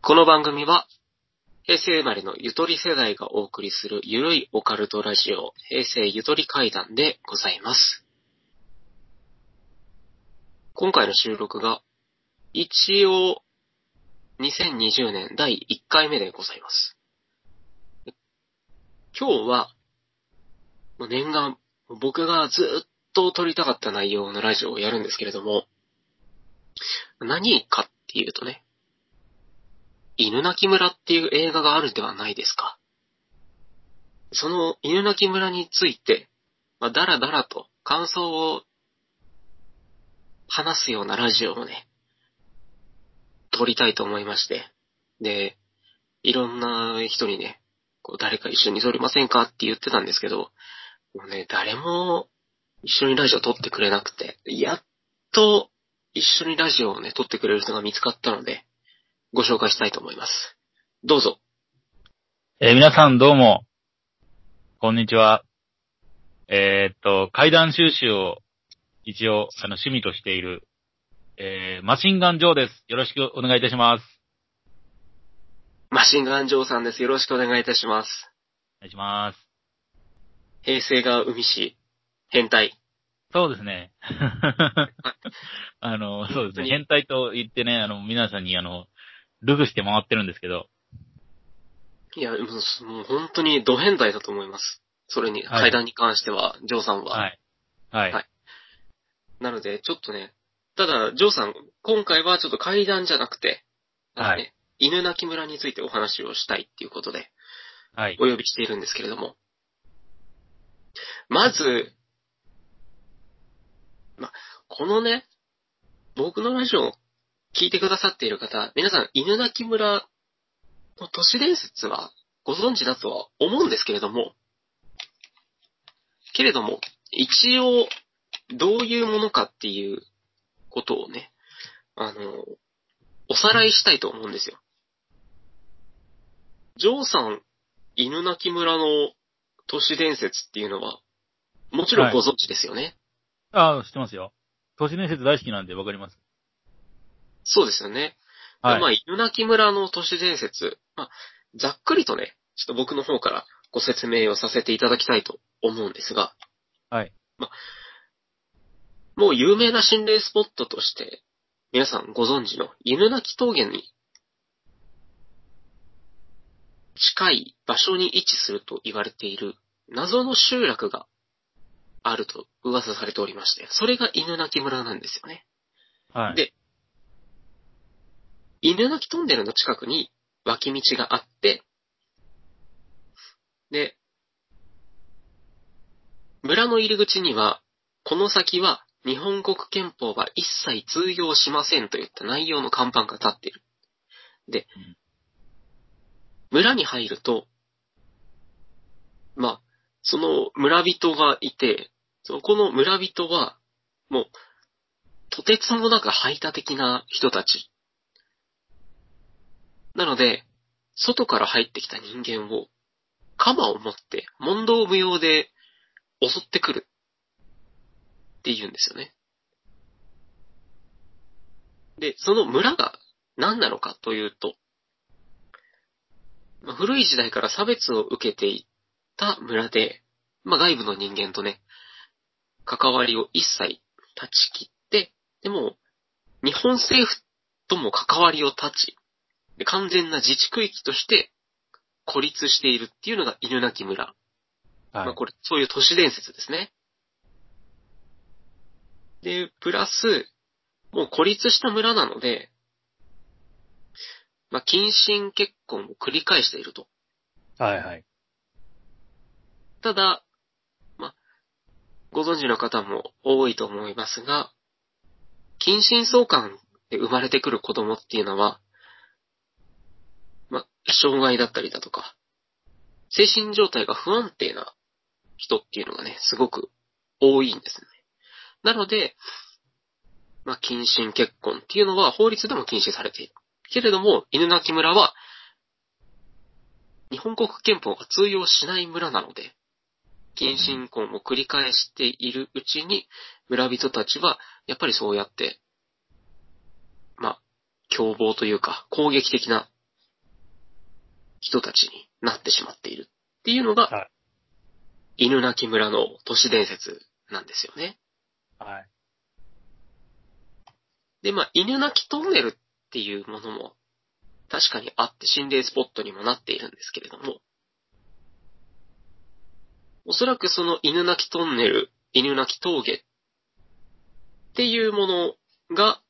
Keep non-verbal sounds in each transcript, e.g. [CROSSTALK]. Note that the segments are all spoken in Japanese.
この番組は、平成生まれのゆとり世代がお送りするゆるいオカルトラジオ、平成ゆとり会談でございます。今回の収録が、一応、2020年第1回目でございます。今日は、もう念願、僕がずっと撮りたかった内容のラジオをやるんですけれども、何かっていうとね、犬鳴村っていう映画があるではないですか。その犬鳴村について、まあ、だらだらと感想を話すようなラジオをね、撮りたいと思いまして。で、いろんな人にね、こう誰か一緒に撮りませんかって言ってたんですけど、もうね、誰も一緒にラジオ撮ってくれなくて、やっと一緒にラジオをね、撮ってくれる人が見つかったので、ご紹介したいと思います。どうぞ。えー皆さんどうも、こんにちは。えーっと、階段収集を一応、あの、趣味としている、えー、マシンガンジョーです。よろしくお願いいたします。マシンガンジョーさんです。よろしくお願いいたします。お願いします。平成が海市、変態。そうですね。 [LAUGHS] あの、そうですね。変態と言ってね、あの、皆さんに、あの、ルグして回ってるんですけど、いや、もうもう本当にド変態だと思います。それに、はい階段に関しては、ジョーさんは。はい。はい。はいなので、ちょっとね、ただ、ジョーさん、今回はちょっと階段じゃなくて、あのねは犬鳴村についてお話をしたいっていうことで、はいお。呼びしているんですけれども。まず、ま、このね、僕のラジオを聞いてくださっている方、皆さん、犬鳴村の都市伝説はご存知だとは思うんですけれども、けれども、一応、どういうものかっていうことをね、あの、おさらいしたいと思うんですよ。ジョーさん、犬鳴村の都市伝説っていうのは、もちろんご存知ですよね。ああ、知ってますよ。都市伝説大好きなんでわかります。そうですよね。でまはあ、い。犬鳴村の都市伝説、まあ、ざっくりとね、ちょっと僕の方からご説明をさせていただきたいと思うんですが、はい。まあ、もう有名な心霊スポットとして、皆さんご存知の犬鳴峠に近い場所に位置すると言われている謎の集落があると噂されておりまして、それが犬鳴村なんですよね。はい。で犬鳴トンネルの近くに脇道があって、で、村の入り口には、この先は日本国憲法は一切通用しませんといった内容の看板が立っている。でうん、村に入ると、まあ、その村人がいて、そのこの村人は、もう、とてつもなく排他的な人たちなので、外から入ってきた人間を、鎌を持って、問答無用で襲ってくる。って言うんですよね。で、その村が何なのかというと、まあ古い時代から差別を受けていた村で、まあ、外部の人間とね、関わりを一切断ち切って、でも、日本政府とも関わりを断ち、で完全な自治区域として孤立しているっていうのが犬鳴村。まはあい。これ、そういう都市伝説ですね。で、プラス、もう孤立した村なので、まあ、近親結婚を繰り返していると。はい。はい。ただ、まあ、ご存知の方も多いと思いますが、近親相関で生まれてくる子供っていうのは、まあ、障害だったりだとか、精神状態が不安定な人っていうのがね、すごく多いんですね。なので、まあ、近親結婚っていうのは法律でも禁止されている。けれども、犬鳴村は、日本国憲法が通用しない村なので、近親婚を繰り返しているうちに、村人たちは、やっぱりそうやって、まあ、凶暴というか、攻撃的な人たちになってしまっているっていうのが、は犬鳴村の都市伝説なんですよね。はい。で、まあ、犬鳴トンネルっていうものも、確かにあって心霊スポットにもなっているんですけれども、おそらくその犬鳴トンネル、犬鳴峠っていうものが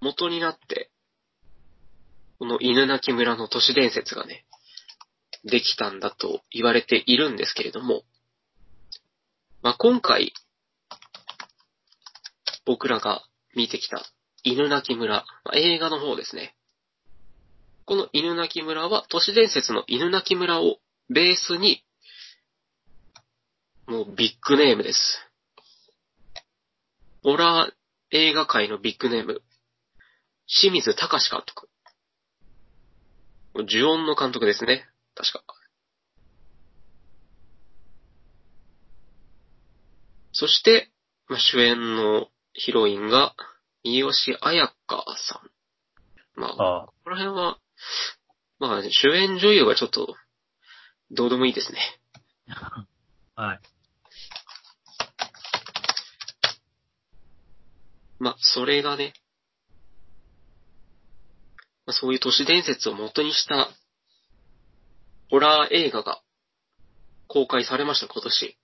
元になって、この犬鳴村の都市伝説がね、できたんだと言われているんですけれども、まあ、今回、僕らが見てきた犬鳴村、まあ映画の方ですね。この犬鳴村は都市伝説の犬鳴村をベースに、もうビッグネームです。ホラー映画界のビッグネーム、清水隆監督。呪音の監督ですね。確か。そして、まあ主演のヒロインが、三好彩香さん。まあ、ああ。この辺は、まあ、主演女優がちょっと、どうでもいいですね。はい。まあ、それがね、まあ、そういう都市伝説を元にした、ホラー映画が公開されました、今年。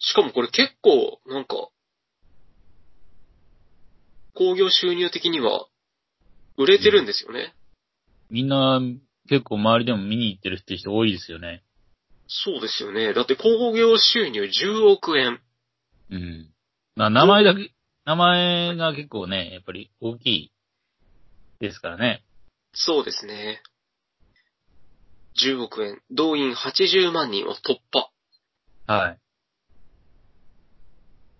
しかもこれ結構、なんか、興行収入的には、売れてるんですよね。みんな、結構周りでも見に行ってるって人多いですよね。そうですよね。だって興行収入10億円。うん。まあ、名前だけ、名前が結構ね、やっぱり大きいですからね。そうですね。10億円。動員80万人を突破。はい。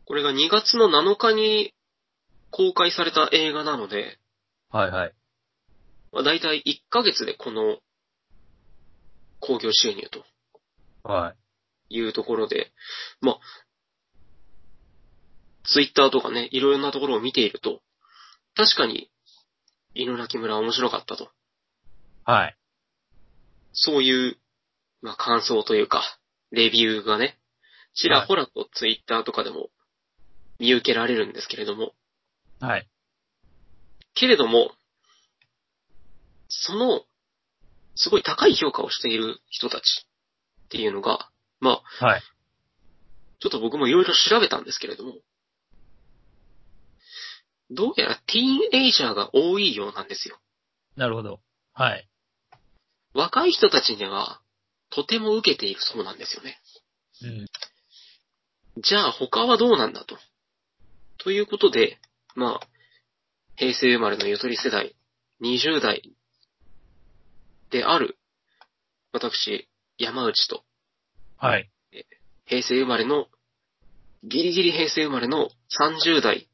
これが2月の7日に公開された映画なので、はいはい。まあ、大体1ヶ月でこの興行収入とはい。いうところで、まあ、ツイッターとかね、いろいろなところを見ていると、確かに、犬鳴村は面白かったと。はい。そういう、まあ、感想というか、レビューがね、ちらほらとツイッターとかでも見受けられるんですけれども、はい。けれども、その、すごい高い評価をしている人たちっていうのが、まあ、はい。ちょっと僕もいろいろ調べたんですけれども、どうやらティーンエイジャーが多いようなんですよ。なるほど。はい。若い人たちには、とても受けているそうなんですよね。うん。じゃあ他はどうなんだと。ということで、まあ、平成生まれのゆとり世代、20代である、私、山内と、はい。平成生まれの、ギリギリ平成生まれの30代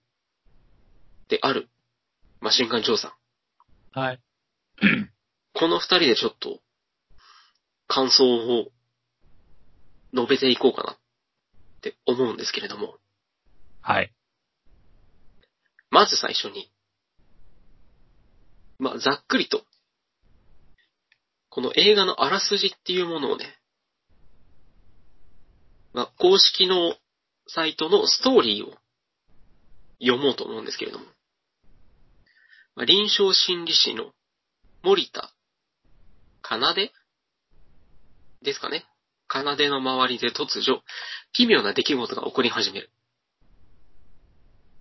である、マシンガンジョーさん。はい。この二人でちょっと、感想を述べていこうかなって思うんですけれども。はい。まず最初に、まあ、ざっくりと、この映画のあらすじっていうものをね、まあ、公式のサイトのストーリーを読もうと思うんですけれども、まあ、臨床心理士の森田、奏でですかね。奏での周りで突如、奇妙な出来事が起こり始める。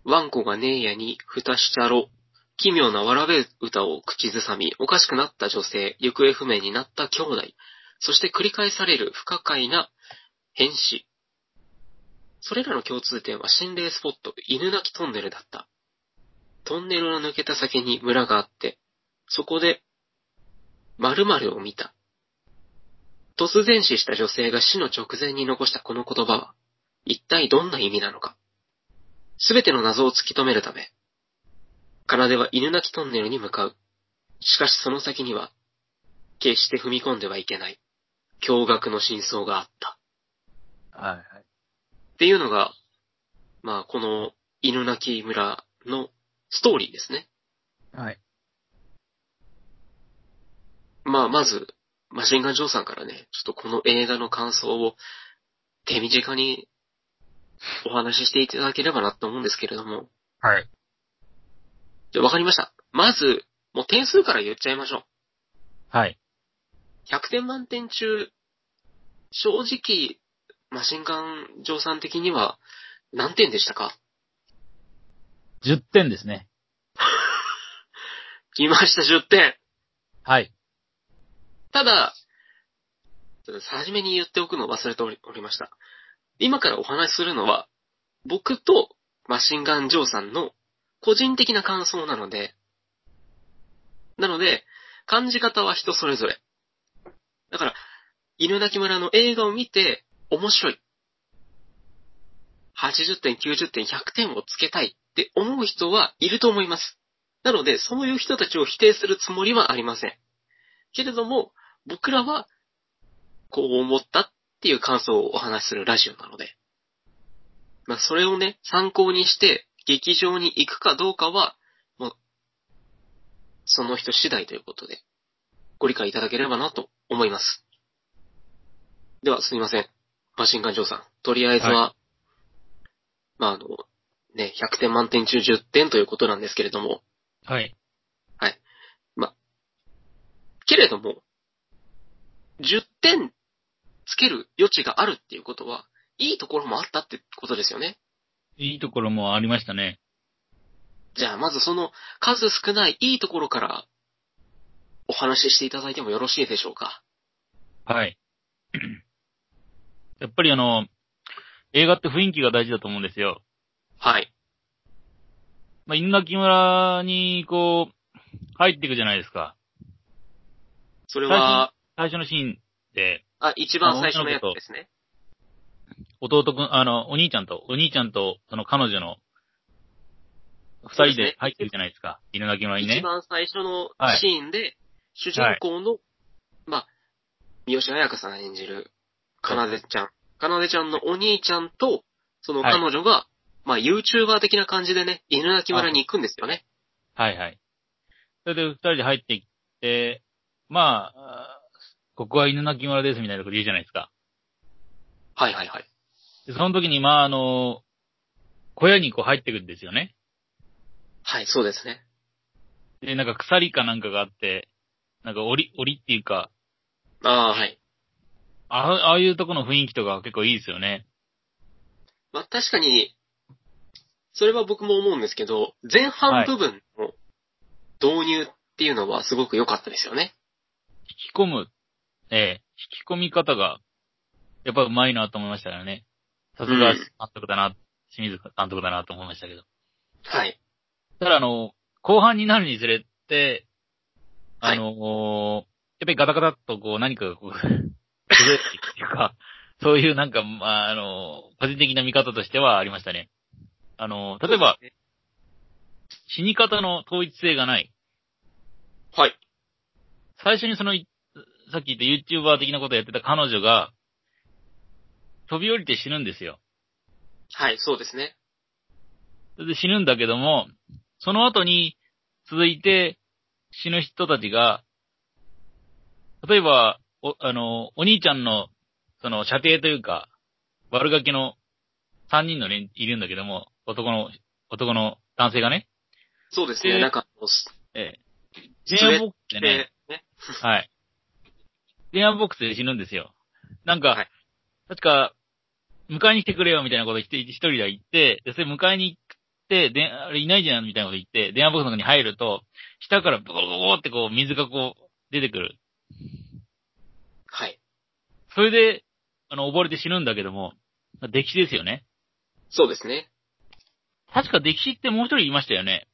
ワンコがねえやに蓋しちゃろ。奇妙なわらべ歌を口ずさみ、おかしくなった女性、行方不明になった兄弟、そして繰り返される不可解な変死。それらの共通点は心霊スポット、犬鳴トンネルだった。トンネルを抜けた先に村があって、そこで、〇〇を見た。突然死した女性が死の直前に残したこの言葉は、一体どんな意味なのか。すべての謎を突き止めるため、奏は犬鳴トンネルに向かう。しかしその先には、決して踏み込んではいけない、驚愕の真相があった。はい。っていうのが、まあ、この犬鳴村のストーリーですね。はい。まあ、まず、マシンガンジョーさんからね、ちょっとこの映画の感想を手短にお話ししていただければなと思うんですけれども。はい。じゃあわかりました。まず、もう点数から言っちゃいましょう。はい。 100点満点中、正直、マシンガンジョーさん的には何点でしたか10点ですね。来ました、10点。はい。ただ、ちょっと初めに言っておくのを忘れておりおりました。今からお話しするのは、僕とマシンガンジョーさんの個人的な感想なので、なので、感じ方は人それぞれ。だから、犬鳴村の映画を見て、面白い。80点、90点、100点をつけたいって思う人はいると思います。なので、そういう人たちを否定するつもりはありません。けれども、僕らは、こう思ったっていう感想をお話しするラジオなので。まあ、それをね、参考にして、劇場に行くかどうかは、もう、その人次第ということで、ご理解いただければなと思います。では、すみません。マシンガンジョーさん。とりあえずは、まあ、あの、ね、100点満点中10点ということなんですけれども、はい。けれども、10点つける余地があるっていうことは、いいところもあったってことですよね。いいところもありましたね。じゃあ、まずその数少ないいいところからお話ししていただいてもよろしいでしょうか。はい。 [CLEARS THROAT] やっぱりあの、映画って雰囲気が大事だと思うんですよ。はい。まあ、犬鳴村に、こう、入っていくじゃないですか。それは、最初のシーンで、あ、一番最初のやつですね。弟くん、あの、お兄ちゃんと、お兄ちゃんと、その彼女の、二そうで人すねで入ってるじゃないですか。犬鳴村に一ね。番最初のシーンで、主人公の、まあ、三好彩香さん演じる、かなでちゃん。かなでちゃんのお兄ちゃんと、そのはい彼女が、まあ、YouTuber 的な感じでね、犬鳴村に行くんですよね。はいはい。それで二人で入ってきて、まあ、あーここは犬鳴村ですみたいなこと言うじゃないですか。はいはいはい。でその時に、まあ、あの、小屋にこう入ってくんですよね。はい、そうですね。で、なんか鎖かなんかがあって、なんか檻、檻っていうか、ああ、はい。ああああいうとこの雰囲気とか結構いいですよね。まあ、確かに、それは僕も思うんですけど、前半部分の導入っていうのはすごく良かったですよね。引き込む、ええ、引き込み方が、やっぱうまいなと思いましたからね。さすがうん監督だな、清水監督だなと思いましたけど。はい。ただあの、後半になるにつれて、あの、やっぱりガタガタっとこう何かがこう、 [LAUGHS] 崩れていくっていうか、そういうなんか、まあ、あの、個人的な見方としてはありましたね。あの、例えば、そうですね、死に方の統一性がない。はい。最初にその、いさっき言った YouTuber 的なことをやってた彼女が、飛び降りて死ぬんですよ。はい、そうですね。それで死ぬんだけども、その後に続いて死ぬ人たちが、例えば、お、あの、お兄ちゃんの、その、射程というか、悪ガキの3人のね、いるんだけども、男の、男の男性がね、そうですえね。ーなんか、こうええ、スウェッボックスでね、でね。はい。電話ボックスで死ぬんですよ。なんか、はい確か、迎えに来てくれよみたいなこと一人一人で言って、で、それ迎えに行って、で、あれいないじゃんみたいなこと言って、電話ボックスの中に入ると、下からボコボコボコってこう、水がこう、出てくる。はい。それで、あの、溺れて死ぬんだけども、歴史ですよね。そうですね。確か歴史ってもう一人いましたよね。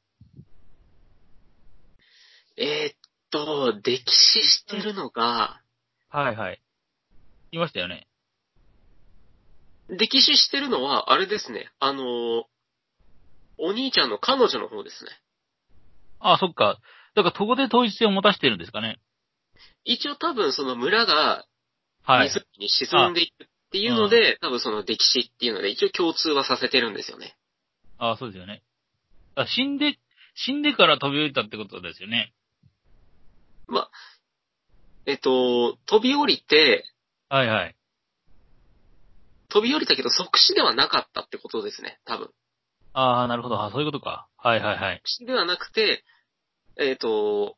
えーっと、溺死してるのが、はいはい。いましたよね。溺死してるのは、あれですね。あのーお兄ちゃんの彼女の方ですね。あそっか。だから、そこで統一性を持たしてるんですかね。一応多分その村がはい。湖に沈んでいくっていうので、多分その溺死っていうので一応共通はさせてるんですよね。ああ、そうですよね。あ死んで、死んでから飛び降りたってことですよね。えっと、飛び降りて、はいはい。飛び降りたけど即死ではなかったってことですね、多分。ああ、なるほど。あそういうことか。はいはいはい。即死ではなくて、えっと、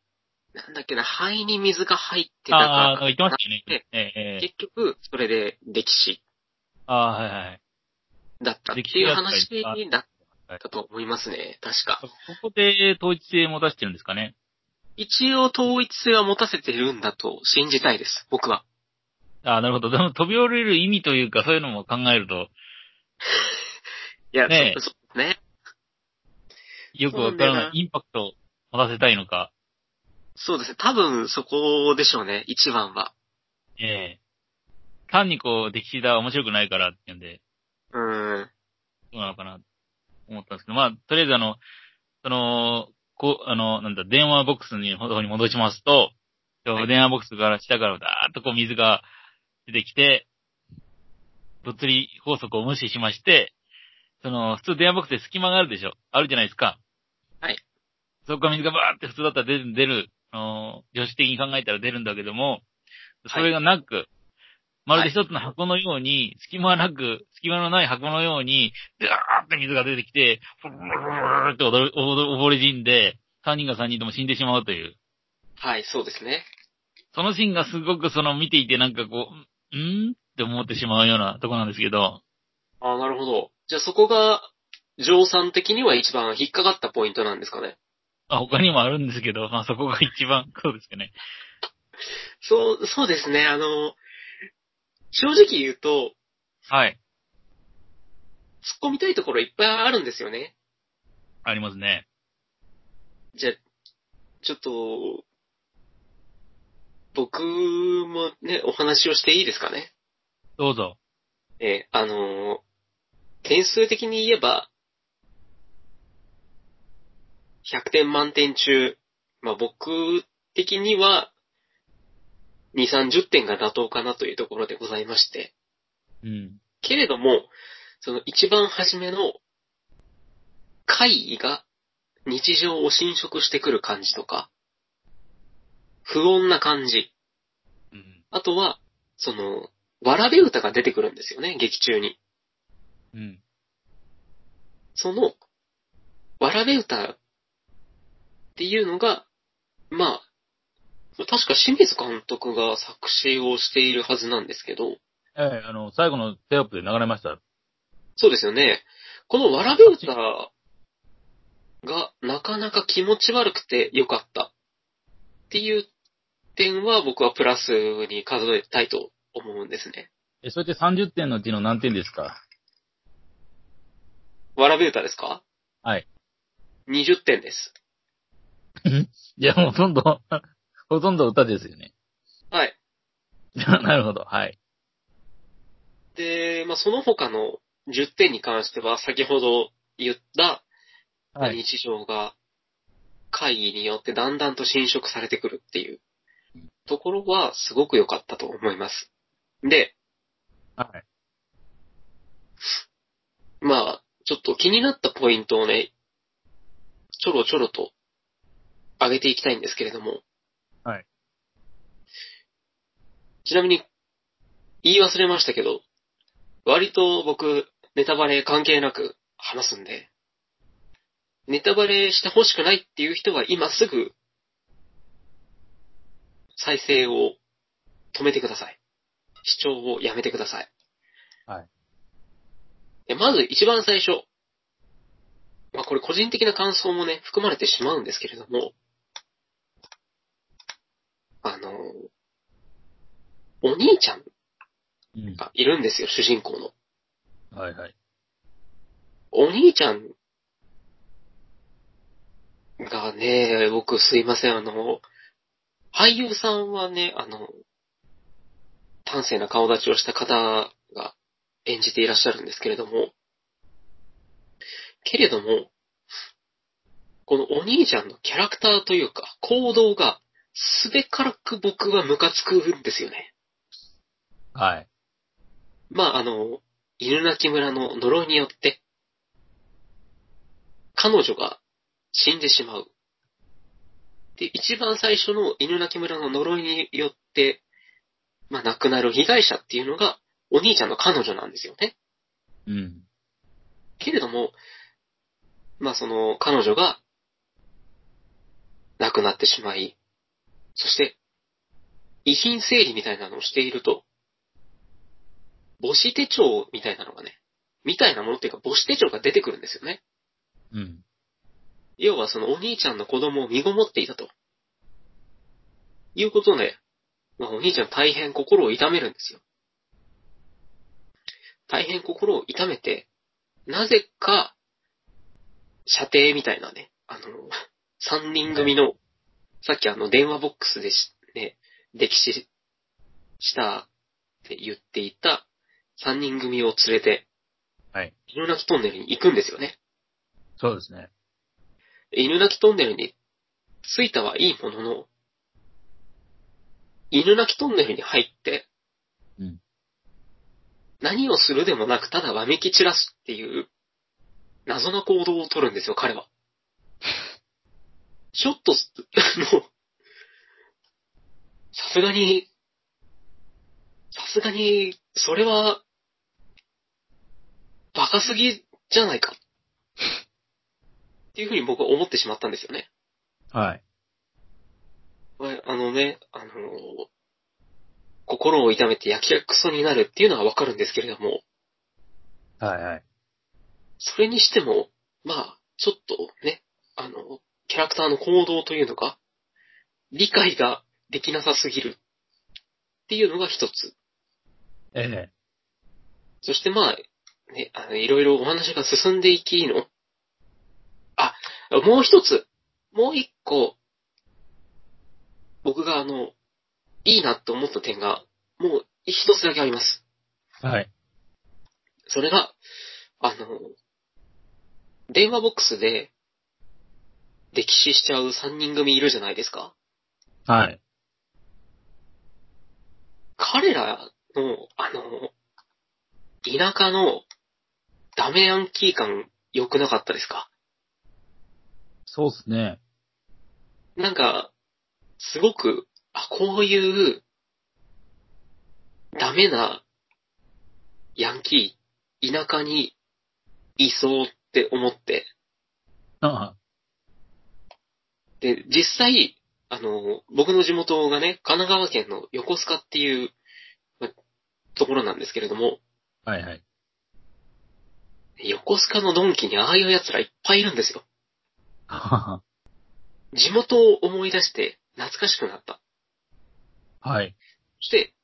なんだっけな、肺に水が入ってたあかあ、言ってましたよえね。ええええ結局、それで溺死ああー、はいはい。だったっていう話だったと思いますね、確か。ここで統一性も出してるんですかね。一応統一性は持たせてるんだと信じたいです、僕は。ああ、なるほど。でも飛び降りる意味というか、そういうのも考えると、いや、ねえそうそうね。よくわからそうななだよんないインパクトを持たせたいのか。そうですね。多分そこでしょうね、一番は。ええ単にこう、デキシーダは面白くないからっていうんで、うーん。どうなのかな、思ったんですけど、まあ、とりあえずあの、その、こう、あの、なんだ、電話ボックスに、ほどに戻しますと、はい電話ボックスから下からダーッとこう水が出てきて、物理法則を無視しまして、その、普通電話ボックスで隙間があるでしょあるじゃないですか。はい。そこから水がバーって普通だったら出る、出る、あの、常識的に考えたら出るんだけども、それがなく、まるで一つの箱のように、隙間なく、隙間のない箱のように、であーって水が出てきて、ブルブルブルブルって踊る踊る溺れ死んで、三人が三人とも死んでしまうという。はい、そうですね。そのシーンがすごくその見ていてなんかこう、んって思ってしまうようなとこなんですけど、ああ、なるほど。じゃあそこが、乗算的には一番引っかかったポイントなんですかね。まあ、他にもあるんですけど、まあそこが一番、そうですかね。そう、そうですね。あの、正直言うと、はい。突っ込みたいところいっぱいあるんですよね。ありますね。じゃあ、ちょっと、僕もね、お話をしていいですかね。どうぞ。えーあのー点数的に言えば、100点満点中、まあ、僕的には、2、30点が妥当かなというところでございまして。うん。けれども、その一番初めの、怪異が日常を侵食してくる感じとか、不穏な感じ、うん。あとは、その、わらべ歌が出てくるんですよね、劇中に。うん。その、わらべ歌っていうのが、まあ、確か清水監督が作詞をしているはずなんですけど、ええあの、最後のテロップで流れました。そうですよね。このわらべ歌がなかなか気持ち悪くてよかったっていう点は僕はプラスに数えたいと思うんですね。え、それって30点のうちの何点ですか [LAUGHS] わらべ歌ですかはい。 20点です。いや、ほとんど、 [LAUGHS] ほとんど歌ですよね。 [LAUGHS] はい。なるほど。はい。で、まあ、その他の10点に関しては、先ほど言ったはい。日常が会議によってだんだんと侵食されてくるっていうところはすごく良かったと思います。で、はい。まあ、ちょっと気になったポイントをね、ちょろちょろと上げていきたいんですけれども。はい。ちなみに、言い忘れましたけど、割と僕、ネタバレ関係なく話すんで、ネタバレしてほしくないっていう人は今すぐ、再生を止めてください。視聴をやめてください。で、まず一番最初。まあこれ個人的な感想もね、含まれてしまうんですけれども、あの、お兄ちゃんうんがいるんですよ、主人公の。はいはい。お兄ちゃんがね、僕すいません、あの、俳優さんはね、あの、端正な顔立ちをした方が演じていらっしゃるんですけれども、けれども、このお兄ちゃんのキャラクターというか、行動が、すべからく僕はムカつくんですよね。はい。まあ、あの、犬鳴村の呪いによって、彼女が死んでしまう。で、一番最初の犬鳴村の呪いによって、まあ、亡くなる被害者っていうのが、お兄ちゃんの彼女なんですよね。うん。けれども、まあその彼女が亡くなってしまい、そして遺品整理みたいなのをしていると、母子手帳みたいなのがね、みたいなものっていうか母子手帳が出てくるんですよね。うん。要はそのお兄ちゃんの子供を身ごもっていたと。いうことで、まあお兄ちゃん大変心を痛めるんですよ。大変心を痛めて、なぜか、射程みたいなね、あの、三人組の、さっきあの電話ボックスでし、ね、歴史したって言っていた三人組を連れて、はい。犬鳴トンネルに行くんですよね。そうですね。犬鳴トンネルに着いたはいいものの、犬鳴トンネルに入って、うん何をするでもなくただわめき散らすっていう謎な行動を取るんですよ、彼 [LAUGHS] は。ちょっと、あの、さすがに、さすがに、それは、バカすぎじゃないかっていうふうに僕は思ってしまったんですよね。はい。はいあのね、あのー心を痛めて焼きくそになるっていうのはわかるんですけれども、はいはい。それにしても、まあ、ちょっとね、あの、キャラクターの行動というのが、理解ができなさすぎるっていうのが一つ。ええ。そしてまあ、ね、あの、いろいろお話が進んでいきの。あ、もう一つ、もう一個、僕があの、いいなと思った点が、もう一つだけあります。はい。それが、あの、電話ボックスで、歴史しちゃう三人組いるじゃないですか。はい。彼らの、あの、田舎のダメヤンキー感良くなかったですかそうですね。なんか、すごく、あ、こういう、ダメな、ヤンキー、田舎に、いそうって思って、あで、実際、あの、僕の地元がね、神奈川県の横須賀っていう、まところなんですけれども、あ。はいはい。横須賀のドンキにああいう奴らいっぱいいるんですよ。は地元を思い出して懐かしくなった。 [LAUGHS] は。はい。そして、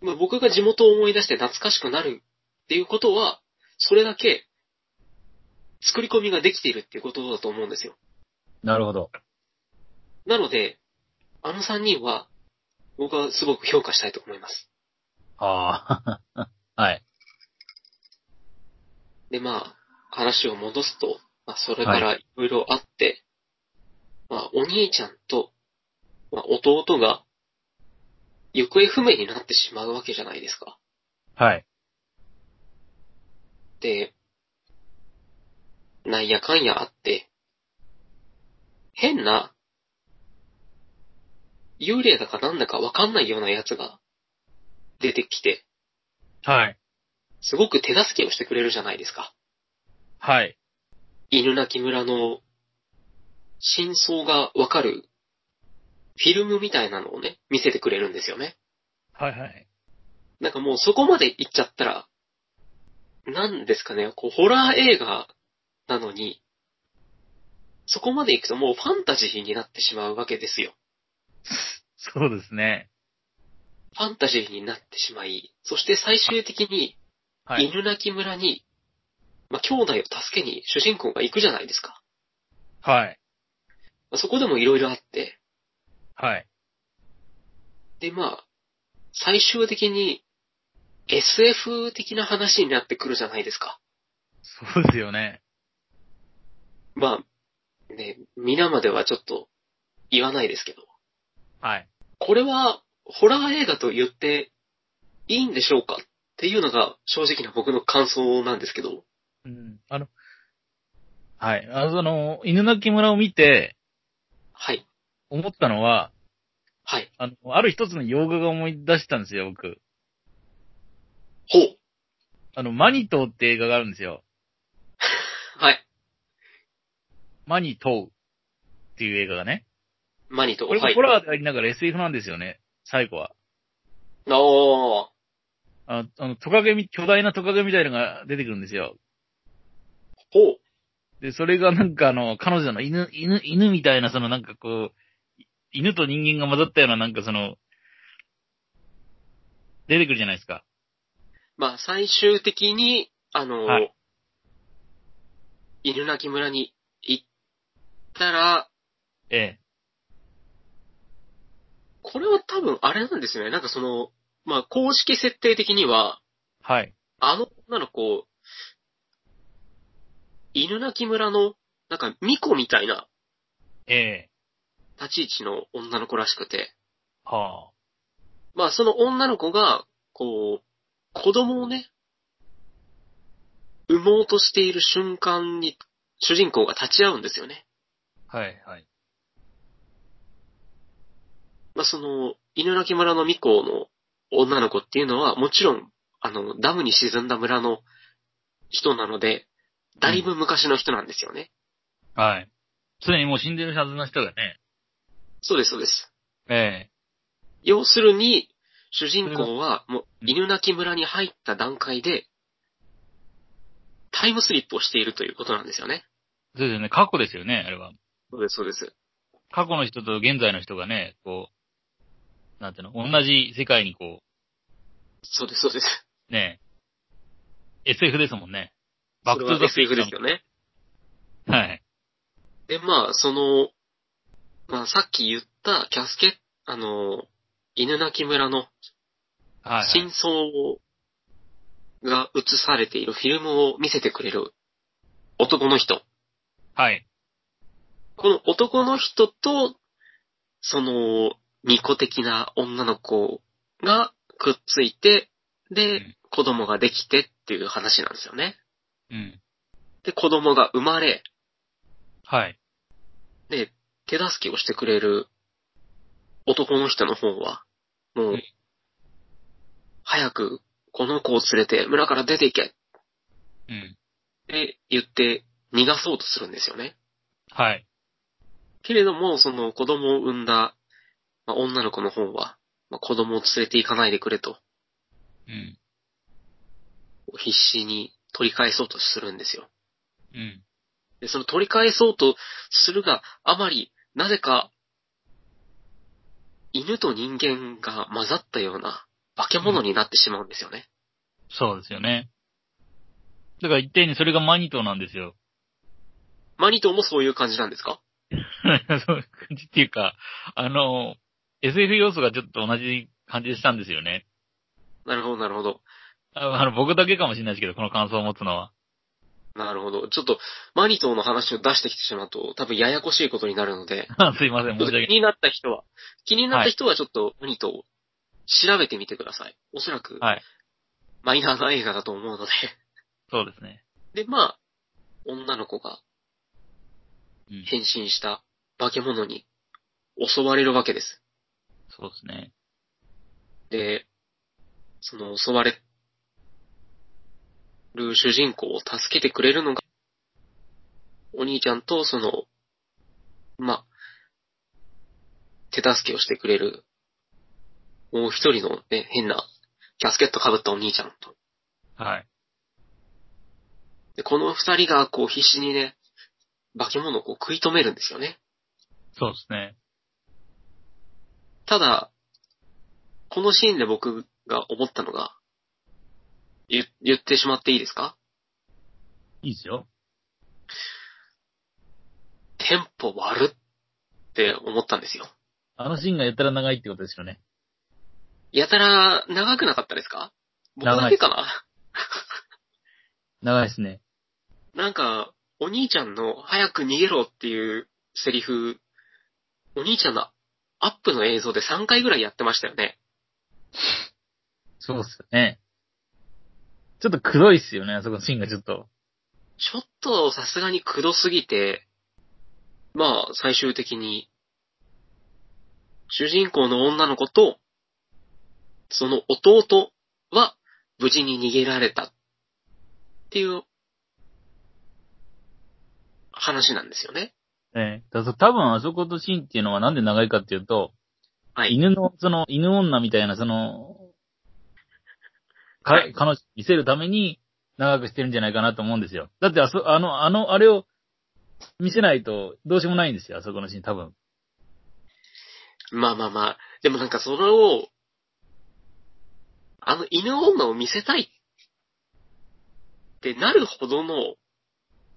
まあ、僕が地元を思い出して懐かしくなるっていうことは、それだけ作り込みができているっていうことだと思うんですよ。なるほど。なので、あの3人は、僕はすごく評価したいと思います。ああ。 [LAUGHS] はい。で、まあ、話を戻すと、まあ、それからいろいろあって、まあ、お兄ちゃんと、まあ、弟が、行方不明になってしまうわけじゃないですか。はい。で、なんやかんやあって、変な、幽霊だかなんだかわかんないようなやつが出てきて、はい。すごく手助けをしてくれるじゃないですか。はい。犬鳴村の真相がわかるフィルムみたいなのをね、見せてくれるんですよね。はいはい。なんかもうそこまで行っちゃったら、なんですかね、こう、ホラー映画なのに、そこまで行くともうファンタジーになってしまうわけですよ。そうですね。ファンタジーになってしまい、そして最終的にはい。犬鳴村に、まあ、兄弟を助けに主人公が行くじゃないですか。はい。まあそこでもいろいろあって、はい。でまあ、最終的に SF 的な話になってくるじゃないですか。そうですよね。まあ、ね、皆まではちょっと言わないですけど、はい。これはホラー映画と言っていいんでしょうかっていうのが正直な僕の感想なんですけど、うん。あの、はい。あの、その、犬鳴村を見て、はい。思ったのは、はい。あの、ある一つの洋画が思い出したんですよ、僕。ほう。あの、マニトーって映画があるんですよ。はい。マニトーっていう映画がね。マニと、これもはい。ホラーでありながら SF なんですよね、最後は。おー。ああの、トカゲみ、巨大なトカゲみたいのが出てくるんですよ。ほう。で、それがなんかあの、彼女の犬、犬、犬みたいな、そのなんかこう、い犬と人間が混ざったようななんかその、出てくるじゃないですか。まあ、最終的に、あの、はい犬鳴村に行ったら、えこれは多分あれなんですよね。なんかその、まあ、公式設定的には、え。はい。あの女の子、犬鳴村の、なんか、巫女みたいなええ。立ち位置の女の子らしくて、はあ。まあ、その女の子が、こう、子供をね、産もうとしている瞬間に、主人公が立ち会うんですよね。はい、はい。まあ、その、犬鳴村の巫女の女の子っていうのは、もちろん、あの、ダムに沈んだ村の人なので、だいぶ昔の人なんですよね。はい。常にもう死んでるはずの人がね。そうです、そうです。え要するに、主人公は、もう、うん犬鳴村に入った段階で、タイムスリップをしているということなんですよね。え。そうですよね。過去ですよね、あれは。そうです、そうです。過去の人と現在の人がね、こう、なんていうの、同じ世界にこそうです、そうです。う、ねえ。SF ですもんね。それは SF ですよ。よね。はい。で、まあ、その、まあ、さっき言ったキャスケ、あの、犬鳴村のはい、はい。真相を、が映されているフィルムを見せてくれる男の人。はい。この男の人と、その、巫女的な女の子がくっついて、うでん、子供ができてっていう話なんですよね。うん。で、子供が生まれ、はい。で、手助けをしてくれる男の人の方は、もう、うん早くこの子を連れて村から出ていけっうん。て言って逃がそうとするんですよね。はい。けれども、その子供を産んだ、まあ、女の子の方は、まあ、子供を連れて行かないでくれと、うん。必死に取り返そうとするんですよ。うん。で、その取り返そうとするがあまり、なぜか、犬と人間が混ざったような化け物になってしまうんですよね。そうですよね。だから一定にそれがマニトーなんですよ。 [LAUGHS] マニトーもそういう感じなんですかそういう感じっていうか、あの、SF 要素がちょっと同じ感じしたんですよね。なるほど、なるほど。ああの、僕だけかもしれないですけど、この感想を持つのは。 [LAUGHS] なるほど。ちょっと、マニトーの話を出してきてしまうと、多分ややこしいことになるので、すいません、ちょっと申し訳な気い。になった人は、気になった人はちょっとマニトーを調べてみてください。おそらく、はいマイナーな映画だと思うので。そうですね。で、まあ、女の子がうん。変身した化け物に襲われるわけです。そうですね。で、その襲われる主人公を助けてくれるのが、お兄ちゃんとその、まあ、手助けをしてくれる、もう一人のね、変な、キャスケット被ったお兄ちゃんと。はい。で、この二人がこう必死にね、化け物をこう食い止めるんですよね。そうですね。ただ、このシーンで僕が思ったのが、言、言ってしまっていいですかいいですよ。テンポ悪って思ったんですよ。あのシーンがやたら長いってことですよね。やたら長くなかったですか僕だけかな長いですね。なんか、お兄ちゃんの早く逃げろっていうセリフ、お兄ちゃんのアップの映像で3回ぐらいやってましたよね。そうですよね。ちょっとくどいっすよね、あそこのシーンがちょっと。ちょっとさすがにくどすぎて、まあ最終的に主人公の女の子と、その弟は無事に逃げられたっていう話なんですよね。ええだから多分あそことシーンっていうのはなんで長いかっていうと、はい犬の、その、犬女みたいな、その、か、はい彼女に見せるために長くしてるんじゃないかなと思うんですよ。だってあそ、あの、あの、あれを見せないとどうしようもないんですよ、あそこのシーン多分。まあまあまあ。でもなんかそれを、あの犬女を見せたいってなるほどの、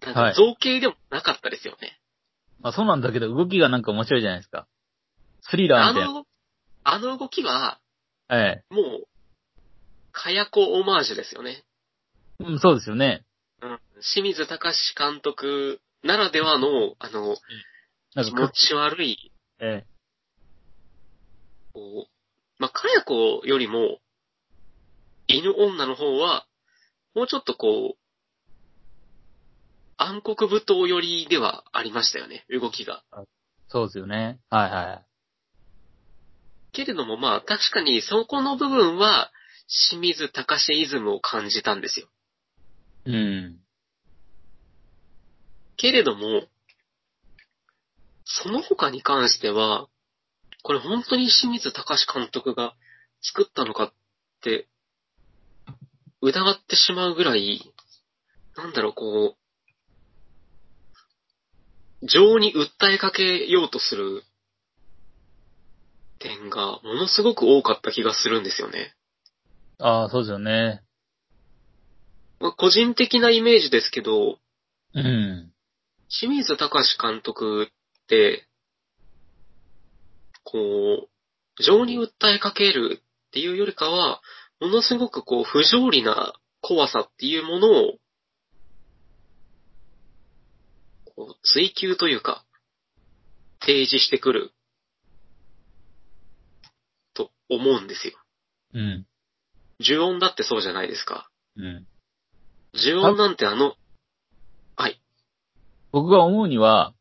なんはかい造形でもなかったですよね。まあそうなんだけど、動きがなんか面白いじゃないですか。スリラーあみたいな。の、あの動きは、えもう、かやこオマージュですよね。えうんそうですよね。うん。清水隆監督ならではの、あの、なん気か持く、ち悪い、ええこう、まあ、かやこよりも、犬女の方は、もうちょっとこう、暗黒舞踏寄りではありましたよね、動きが。そうですよね。はいはけれどもまあ、確かにそこの部分は、清水隆イズムを感じたんですよ。い。うん。けれども、その他に関しては、これ本当に清水隆監督が作ったのかって、疑ってしまうぐらい、なんだろう、こう、情に訴えかけようとする点がものすごく多かった気がするんですよね。ああ、そうですよね。まあ個人的なイメージですけど、うん。清水隆監督って、こう、情に訴えかけるっていうよりかは、ものすごくこう、不条理な怖さっていうものを、こう追求というか、提示してくる、と思うんですよ。うん。呪音だってそうじゃないですか。うん。呪音なんてあの、僕が思うには、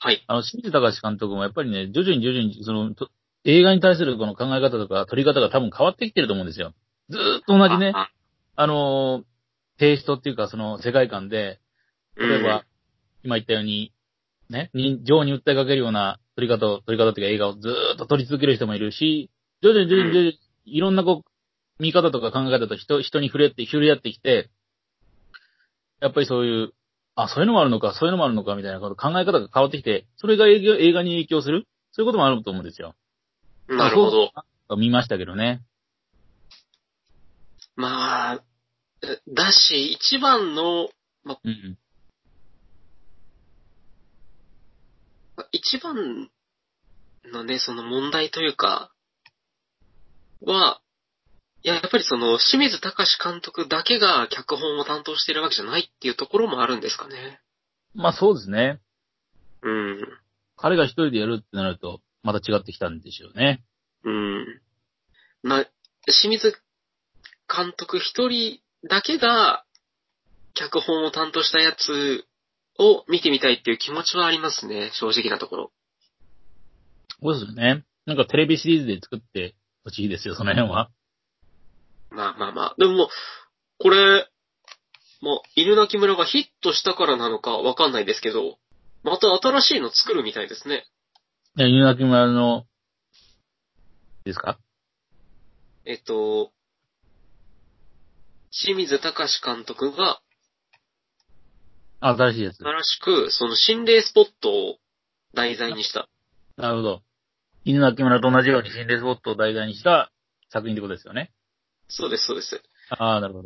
はい、あの、清水隆監督もやっぱりね、徐々に徐々に、その、と映画に対するこの考え方とか撮り方が多分変わってきてると思うんですよ。ずーっと同じね、あああのー、テイストっていうかその世界観で、例えば、うん今言ったように、ね、人情に訴えかけるような撮り方を、撮り方っていうか映画をずーっと撮り続ける人もいるし、徐々に徐々に徐々に、いろんなこう、見方とか考え方と人、人に触れて、触れ合ってきて、やっぱりそういう、あ、そういうのもあるのか、そういうのもあるのか、みたいなこと、考え方が変わってきて、それが映画映画に影響するそういうこともあると思うんですよ。なるほど。ど。見ましたけどね。まあ、えだし、一番の、うん。一番のね、その問題というか、は、いや、やっぱりその、清水隆監督だけが脚本を担当しているわけじゃないっていうところもあるんですかね。まあそうですね。うん。彼が一人でやるってなると、また違ってきたんでしょうね。うん。まあ、清水監督一人だけが、脚本を担当したやつを見てみたいっていう気持ちはありますね、正直なところ。そうですよね。なんかテレビシリーズで作ってほしいですよ、その辺は。まあまあまあ。でももう、これ、まあ、犬鳴村がヒットしたからなのかわかんないですけど、また新しいの作るみたいですね。ね、犬鳴村の、ですかえっと、清水隆監督があ新しいやつ。新しく、その心霊スポットを題材にした。なるほど。犬鳴村と同じように心霊スポットを題材にした作品ってことですよね。そうです、そうです。ああ、なるほ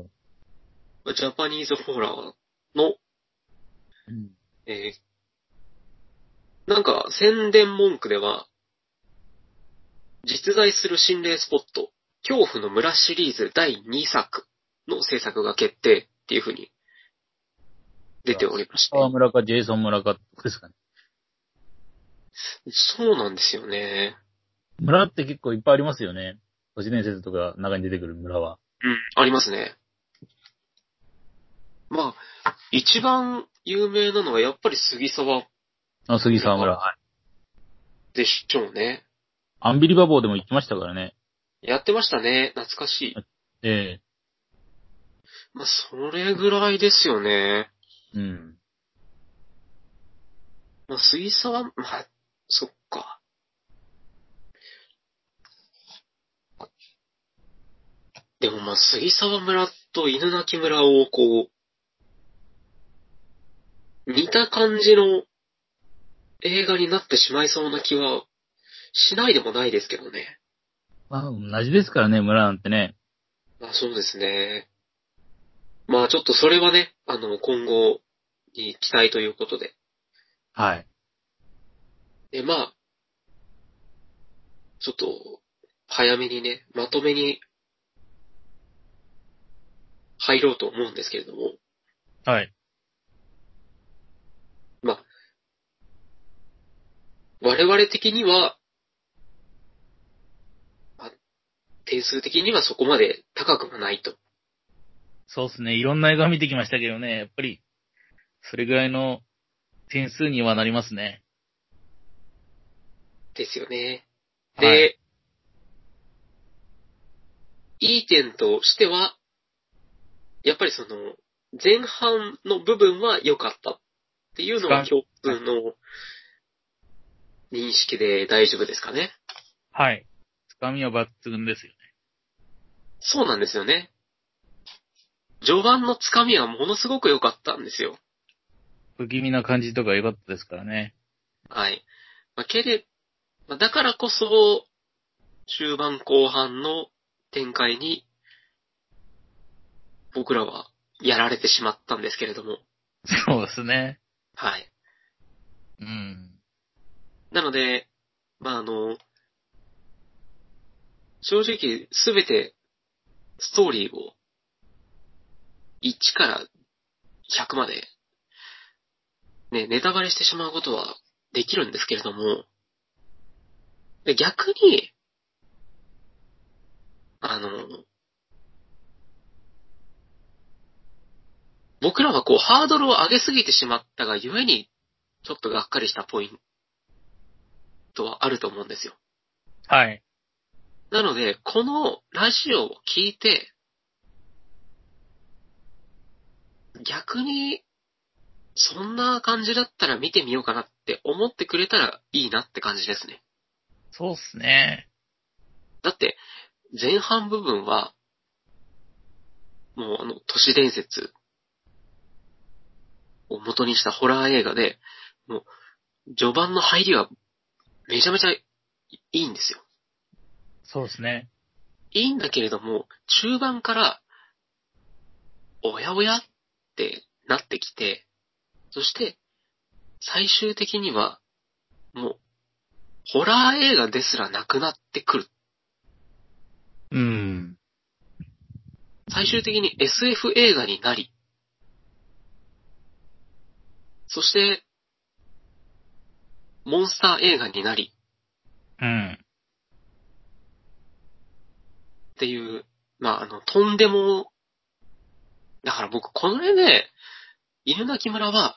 ど。ジャパニーズホラーの、うん。えーなんか宣伝文句では、実在する心霊スポット、恐怖の村シリーズ第2作の制作が決定っていうふうに出ておりまして。川村かジェイソン村かってことですかね。そうなんですよね。村って結構いっぱいありますよね。都市伝説とか中に出てくる村は。うん、ありますね。まあ、一番有名なのはやっぱり杉沢あ、杉沢村。はい。でしょうね。アンビリバボーでも行ってましたからね。やってましたね。懐かしい。えまあ、それぐらいですよね。えうん。まあ、水差は、まあ、そっか。でもまあ、杉沢村と犬鳴村をこう、似た感じの映画になってしまいそうな気はしないでもないですけどね。まあ、同じですからね、村なんてね。まあそうですね。まあちょっとそれはね、あの、今後に期待ということで。はい。で、まあ、ちょっと、早めにね、まとめに、入ろうと思うんですけれども、はい。我々的には、まあ点数的にはそこまで高くもないと。そうっすね。いろんな映画見てきましたけどね、やっぱり、それぐらいの点数にはなりますね。ですよね。で、はい。い、い点としては、やっぱりその、前半の部分は良かったっていうのは使共通の認識で大丈夫ですかね。はい。つかみは抜群ですよね。そうなんですよね。序盤のつかみはものすごく良かったんですよ。不気味な感じとか良かったですからね。はい。まあ、けれ、まあだからこそ、中盤後半の展開に、僕らはやられてしまったんですけれども、そうですね。はい。うん。なので、まあ、あの、正直すべてストーリーを1から100まで、ね、ネタバレしてしまうことはできるんですけれども、で逆に、あの、僕らはこうハードルを上げすぎてしまったがゆえに、ちょっとがっかりしたポイントはあると思うんですよ。はい。なので、このラジオを聞いて、逆に、そんな感じだったら見てみようかなって思ってくれたらいいなって感じですね。そうっすね。だって、前半部分は、もうあの、都市伝説を元にしたホラー映画で、もう、序盤の入りはめちゃめちゃいいんですよ。そうですね。いいんだけれども、中盤から、おやおやってなってきて、そして、最終的には、もう、ホラー映画ですらなくなってくる。うん。最終的に SF 映画になり、そして、モンスター映画になりうん。っていう、まあ、あの、とんでも、だから僕、これで、犬鳴村は、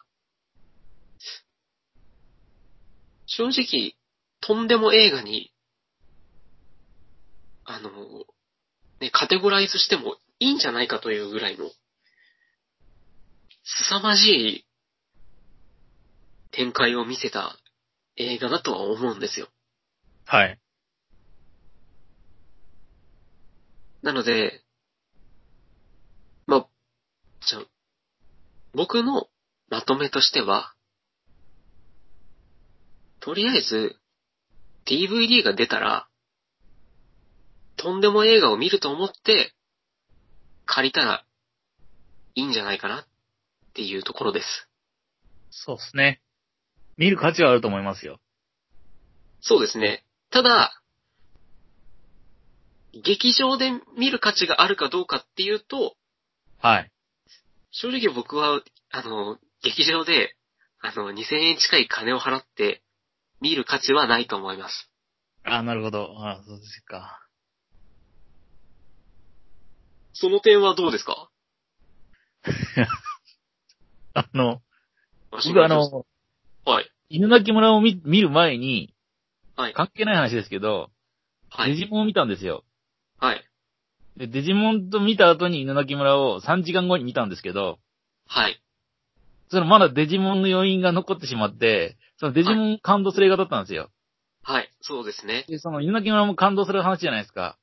正直、とんでも映画に、あの、ね、カテゴライズしてもいいんじゃないかというぐらいの、凄まじい展開を見せた映画だとは思うんですよ。はい。なので、まあ、じゃあ僕のまとめとしては、とりあえず、DVD が出たら、とんでも映画を見ると思って、借りたらいいんじゃないかなっていうところです。そうですね。見る価値はあると思いますよ。そうですね。ただ、劇場で見る価値があるかどうかっていうと、はい。正直僕は、あの、劇場で、あの、2000円近い金を払って、見る価値はないと思います。あなるほど。あそうですか。その点はどうですかあの、僕あ、の、はい。犬鳴村を見見る前に、はい。関係ない話ですけど、はデい。ジモンを見たんですよ。はい。で、デジモンと見た後に犬鳴村を3時間後に見たんですけど、はい。そのまだデジモンの余韻が残ってしまって、そのデジモン感動する映画だったんですよ。はい。そうですね。で、その犬鳴村も感動する話じゃないですか。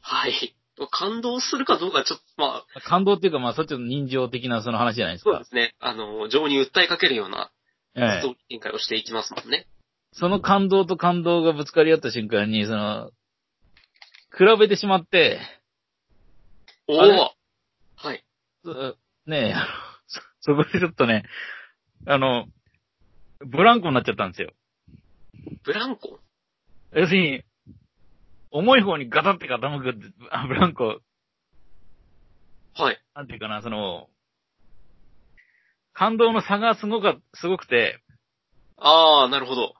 はい。感動するかどうかちょっと、まあ、感動っていうか、まあ、そっちの人情的なその話じゃないですそうでか。すね。あの、情に訴えかけるようなえスえトーリー展開をしていきますもんね。その感動と感動がぶつかり合った瞬間に、その、比べてしまって、おおあれはい。そねえ、あのそ、そこでちょっとね、あの、ブランコになっちゃったんですよ。ブランコ要するに、重い方にガタって傾く、あブランコ、はい。なんていうかな、その、感動の差がすごか、すごくて、ああ、なるほど。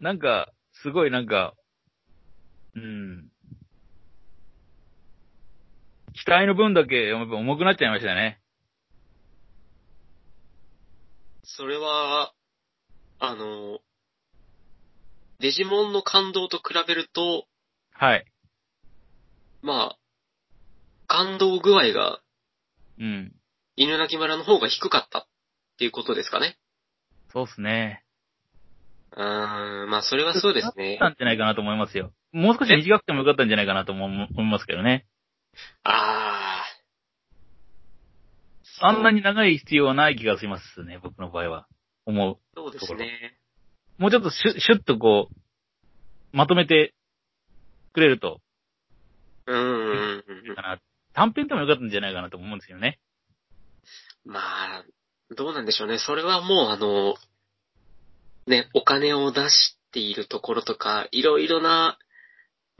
なんか、すごいなんか、うん。期待の分だけ、やっぱ重くなっちゃいましたね。それは、あの、デジモンの感動と比べると、はい。まあ、感動具合がうん。犬鳴村の方が低かったっていうことですかね。そうっすね。うーん、まあそれはそうです良ねか。ったんじゃないかなと思いますよ。もう少し短くてもよかったんじゃないかなとも思思いますけどね。ああ。あんなに長い必要はない気がしますね、僕の場合は。思う。そうですね。もうちょっとシュッ、シュッとこう、まとめてくれると、うーん。かな。短編でもよかったんじゃないかなと思うんですよね。まあ、どうなんでしょうね。それはもうあの、ね、お金を出しているところとか、いろいろな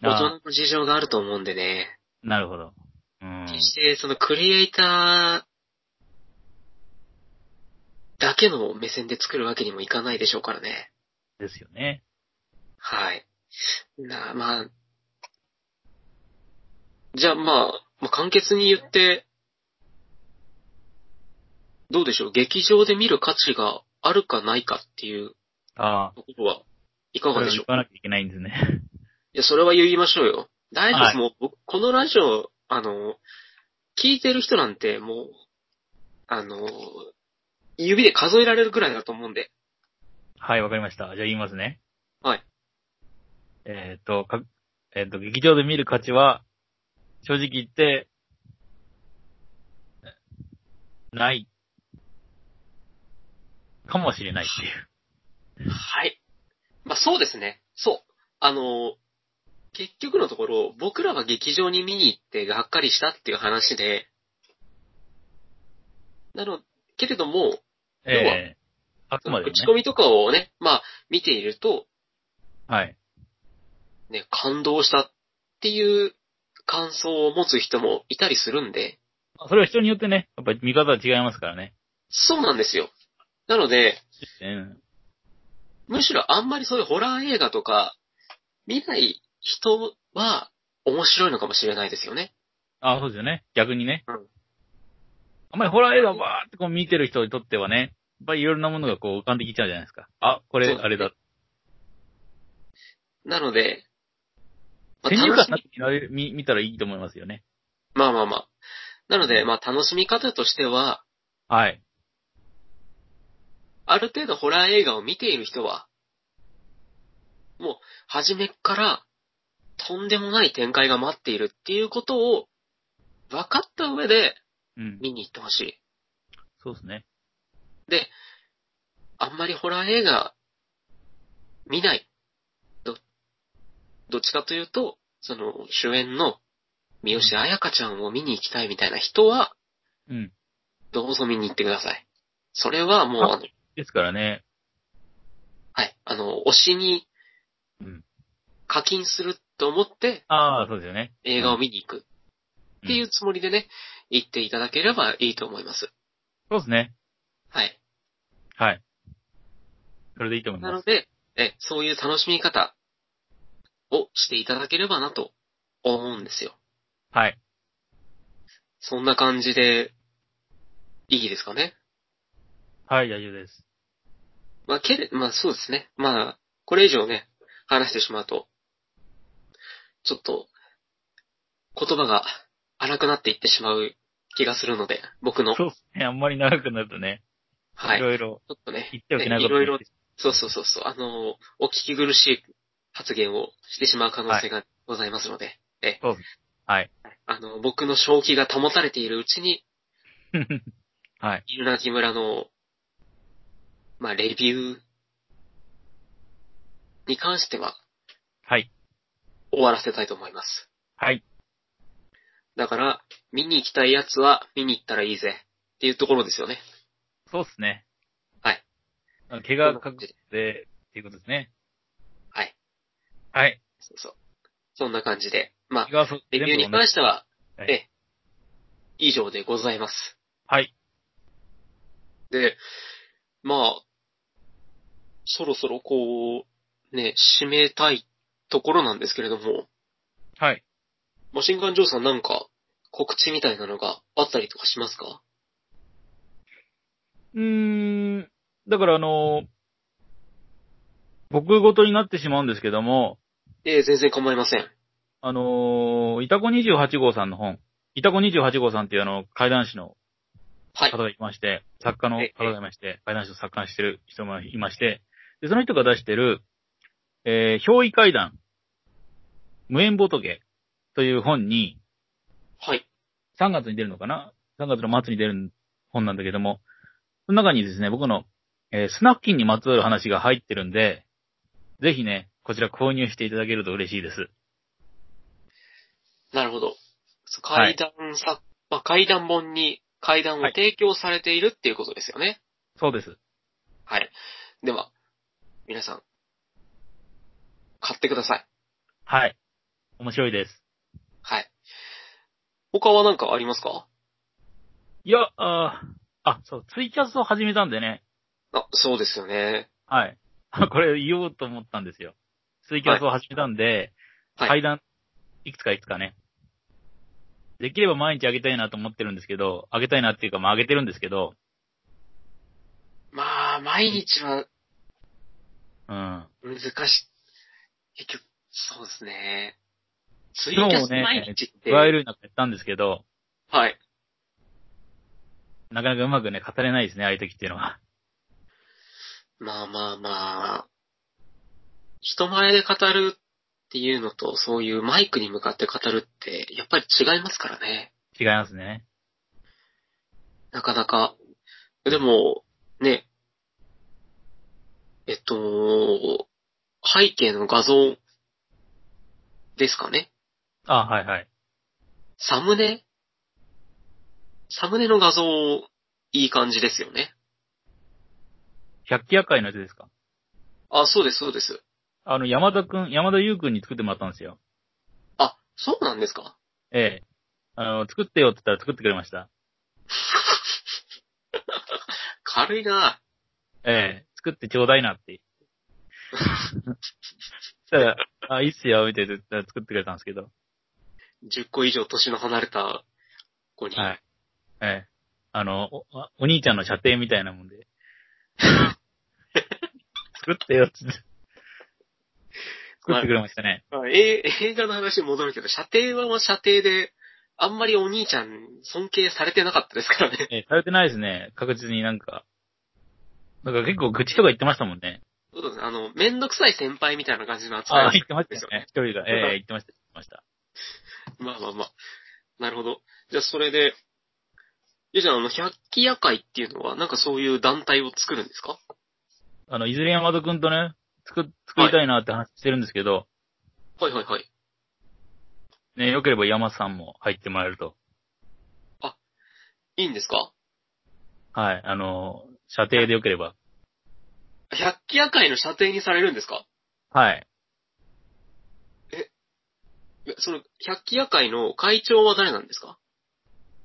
大あ人の事情があると思うんでね。ーなるほど。うん。決して、そのクリエイターだけの目線で作るわけにもいかないでしょうからね。ですよね。はい。なあ、まあ。じゃあ、まあ、まあ、簡潔に言って、どうでしょう劇場で見る価値があるかないかっていうああ。ところはいかがでしょう言わなきゃいけないんですね。 [LAUGHS] いや、それは言いましょうよ。大丈夫ではいす。もう、僕このラジオ、あの、聞いてる人なんて、もう、あの、指で数えられるくらいだと思うんで。はい、わかりました。じゃあ言いますね。はい。えっ、と、か、えっ、と、劇場で見る価値は、正直言って、ない。かもしれないっていう。はい。まあ、そうですね。そう。あの、結局のところ、僕らが劇場に見に行ってがっかりしたっていう話で、なの、けれども、要はええあくまでも打ねち。込みとかをね、まあ、見ていると、はい。ね、感動したっていう感想を持つ人もいたりするんで、それは人によってね、やっぱり見方は違いますからね。そうなんですよ。なので、うん。むしろあんまりそういうホラー映画とか見ない人は面白いのかもしれないですよね。あそうですよね。逆にね。うんあんまりホラー映画ばーってこう見てる人にとってはね、やっぱりいろいろなものがこう浮かんできちゃうじゃないですか。あ、これ、そうですねあれだ。なので、まあ、先入楽観しみなく見られる見見たらいいと思いますよね。まあまあまあ。なので、まあ楽しみ方としては、はい。ある程度ホラー映画を見ている人は、もう、初めっから、とんでもない展開が待っているっていうことを、分かった上でうん。見に行ってほしい。そうですね。で、あんまりホラー映画見ない。ど、どっちかというと、その主演の三好彩香ちゃんを見に行きたいみたいな人は、うん。どうぞ見に行ってください。それはもう、ああのですからね。はい、あの、推しにうん課金すると思ってああ、そうですよね。映画を見に行くっていうつもりでね、行っていただければいいと思います。そうですね。はい。はい。それでいいと思いなまのす。で、え、そういう楽しみ方をしていただければなと思うんですよ。はい。そんな感じで、いいですかね。はい、大丈夫です。まあ、けれ、まあそうですね。まあ、これ以上ね、話してしまうと、ちょっと、言葉が荒くなっていってしまう気がするので、僕の、そうですね。あんまり長くなるとね、、はいい、ちろいろょっとね、言っておけないねこいともろいろ、そうそうそうそう、あの、お聞き苦しい発言をしてしまう可能性がございますので、はい。あの、僕の正気が保たれているうちに、はい。イルナキ村の、まあ、レビューに関しては [LAUGHS] はい。終わらせたいと思います。はい。だから、見に行きたいやつは見に行ったらいいぜっていうところですよね。そうっすね。はいあの。怪我覚悟で、っていうことですね。はい。はい。そうそう。そんな感じで。まあ怪、我そうレビューに全部同じ関しては、はいええ、以上でございます。はい。で、まあ、そろそろこう、ね、締めたいところなんですけれども、はい。マシンガンジョーさんなんか告知みたいなのがあったりとかしますかうーん。だからあのー僕ごとになってしまうんですけども、ええ全然構いません。あのー、イタコ28号さんの本、イタコ28号さんっていうあの、怪談師のはい。方がいまして、作家のええ方がいまして、怪談師を作家にしてる人がいまして、で、その人が出してる、えー、憑依怪談、無縁仏という本に、はい。 3月に出るのかな ?3 月の末に出る本なんだけども、その中にですね、僕の、えースナフキンにまつわる話が入ってるんで、ぜひね、こちら購入していただけると嬉しいです。なるほど。そうは階い段さ、まあ、階段本に階段をはい提供されているっていうことですよね。そうです。はい。では、皆さん、買ってください。はい。面白いです。はい。他は何かありますかいや、あー、あ、そう、ツイキャスを始めたんでね、あ、そうですよね。はい。あ [LAUGHS] これ言おうと思ったんですよ。ツイキャスを始めたんで、はい階段、いくつかいくつかね。できれば毎日あげたいなと思ってるんですけど、あげたいなっていうか、まああげてるんですけど、まあ、毎日はうん。難しい。結局、そうですね。ツイキ今日ャもスね毎日っ、て、加えるようになってやったんですけど、はい。なかなかうまくね、語れないですね、ああいう時っていうのは。 [LAUGHS] まあまあまあ、人前で語るっていうのと、そういうマイクに向かって語るって、やっぱり違いますからね。違いますね。なかなか。でも、ね、えっと、背景の画像ですかねあはいはい。サムネサムネの画像、いい感じですよね。百鬼夜会のやつですか。あ、そうです、そうです。あの、山田くん、山田優くんに作ってもらったんですよ。あ、そうなんですかええ。あの、作ってよって言ったら作ってくれました。軽いなええ、作ってちょうだいな [LAUGHS] って。そしたら、あ、いいっすよ、みたいな言ったら作ってくれたんですけど。 10個以上年の離れた子に。はい。ええ。あの、お、あお兄ちゃんの射程みたいなも [LAUGHS] んで。作ってよ、つって。作ってくれましたね。まあえ映画の話に戻るけど、射程はまあ射程で、あんまりお兄ちゃん尊敬されてなかったですからね。えーされてないですね。確実になんか。なんか結構愚痴とか言ってましたもんね。そうですね。あの、めんどくさい先輩みたいな感じの扱いあをあ、言ってましたですよよねね。。一人が。ええ言ってました、言ってました。まあまあまあ。なるほど。じゃあそれで、ゆうちゃん、あの、百鬼夜会っていうのは、なんかそういう団体を作るんですかあの、いずれ山田くんとね、作、作りたいなって話してるんですけど、はいはいはい。ね、よければ山さんも入ってもらえると。いいんですかはい。あの、射程でよければ。百鬼夜会の射程にされるんですかはい。えその、百鬼夜会の会長は誰なんですか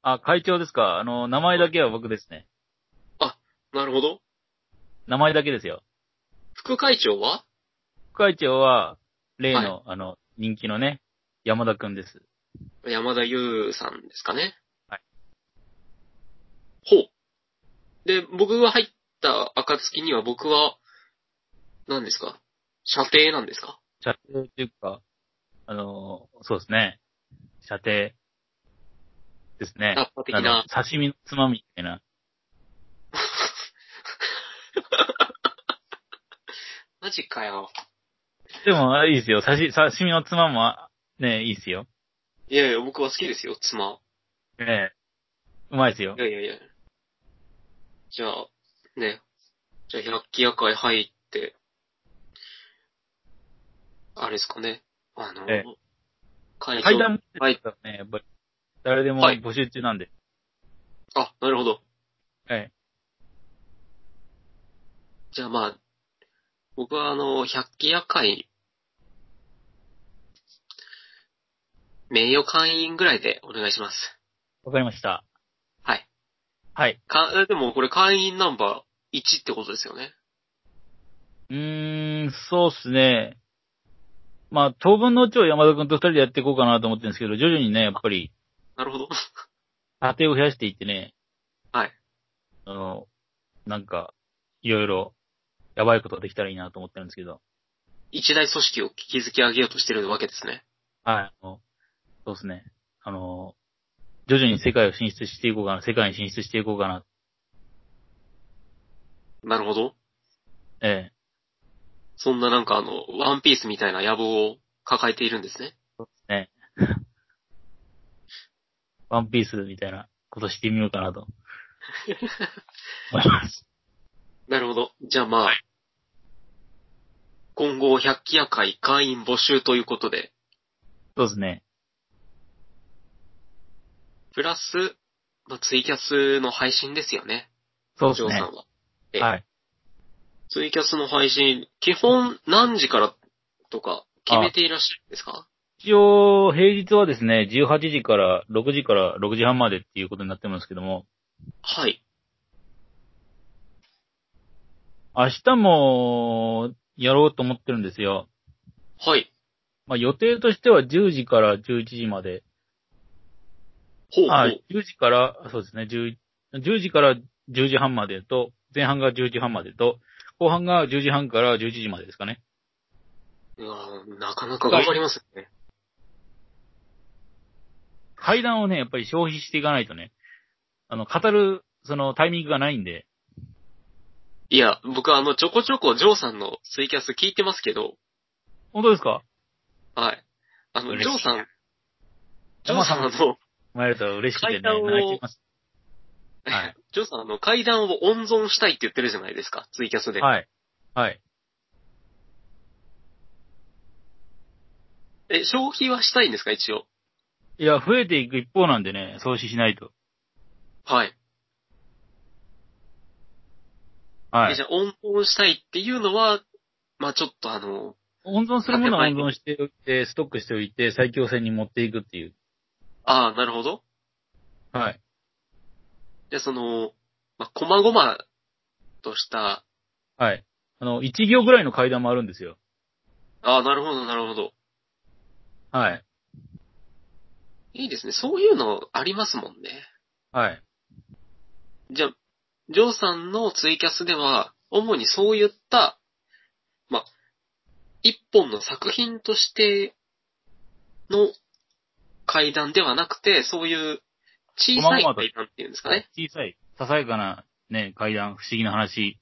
あ、会長ですか。あの、名前だけは僕ですね。なるほど。名前だけですよ。副会長は副会長は、例の、あの、人気のね、山田くんです。山田優さんですかね。はい。ほう。で、僕が入った暁には僕は、何ですか射程なんですか射程っていうか、あの、そうですね。射程ですね。ラッパ的あのな。刺身のつまみみたいな。マジかよ。でも、あれいいですよ。刺し、刺身のつまみも、ね、いいですよ。いやいや、僕は好きですよ、妻。ねうまいですよい。やいやいや。じゃあ、ね。じゃあ、百鬼夜会入って、あれですかね。あの、ええ会階段場。持ってたらね、やっぱり、誰でもはい募集中なんで。あ、なるほど。はい。じゃあまあ、僕はあの、百鬼夜会、名誉会員ぐらいでお願いします。わかりました。はい。はい。か、えでもこれ会員ナンバー1ってことですよね。うーん、そうっすね。まあ、当分のうちを山田くんと二人でやっていこうかなと思ってるんですけど、徐々にね、やっぱり、なるほど。 [LAUGHS] 家庭を増やしていってね。はい。あの、なんか、いろいろ、やばいことができたらいいなと思ってるんですけど。一大組織を築き上げようとしてるわけですね。はい。あのそうですね。あの、徐々に世界を進出していこうかな、世界に進出していこうかな。なるほど。ええ。そんななんかあの、ワンピースみたいな野望を抱えているんですね。ワンピースみたいなことしてみようかな [LAUGHS] と。思います。なるほど。じゃあまあ、今後、百鬼夜会会員募集ということで、そうですね。プラス、まあ、ツイキャスの配信ですよね。そうおです嬢さねん。は。ええはい。ツイキャスの配信、基本何時からとか決めていらっしゃるんですか一応、平日はですね、18時から6時から6時半までっていうことになってますけども、はい。明日も、やろうと思ってるんですよ。はい。まあ予定としては10時から11時まで。ほうほう。あ、10時から、そうですね、10, 10時から10時半までと、前半が10時半までと、後半が10時半から11時までですかね。うわぁなかなか頑張りますね。階段をね、やっぱり消費していかないとね、あの、語る、そのタイミングがないんで、いや、僕はあの、ちょこちょこジョーさんのツイキャス聞いてますけど、本当ですかはい。あの、ジ嬉しいョーさん、ジョーさんあの、参ると嬉しくて階ね、段を泣いてます。はいジョーさんあの、階段を温存したいって言ってるじゃないですか、ツイキャスで。はい。はい。え、消費はしたいんですか、一応。いや、増えていく一方なんでね、創始しないと。はい。はえじい。ゃあ、温存したいっていうのは、まあちょっとあの、温存するものは温存しておいて、ストックしておいて、最強戦に持っていくっていう。ああ、なるほど。はい。じゃあ、その、まあ、こまごまとした、はい。あの、1行ぐらいの階段もあるんですよ。ああ、なるほど、なるほど。はい。いいですね。そういうのありますもんね。はい。じゃあ、ジョーさんのツイキャスでは、主にそういった、まあ、一本の作品としての階段ではなくて、そういう小さい細々と階段っていうんですかね。小さい、ささやかなね、階段、不思議な話、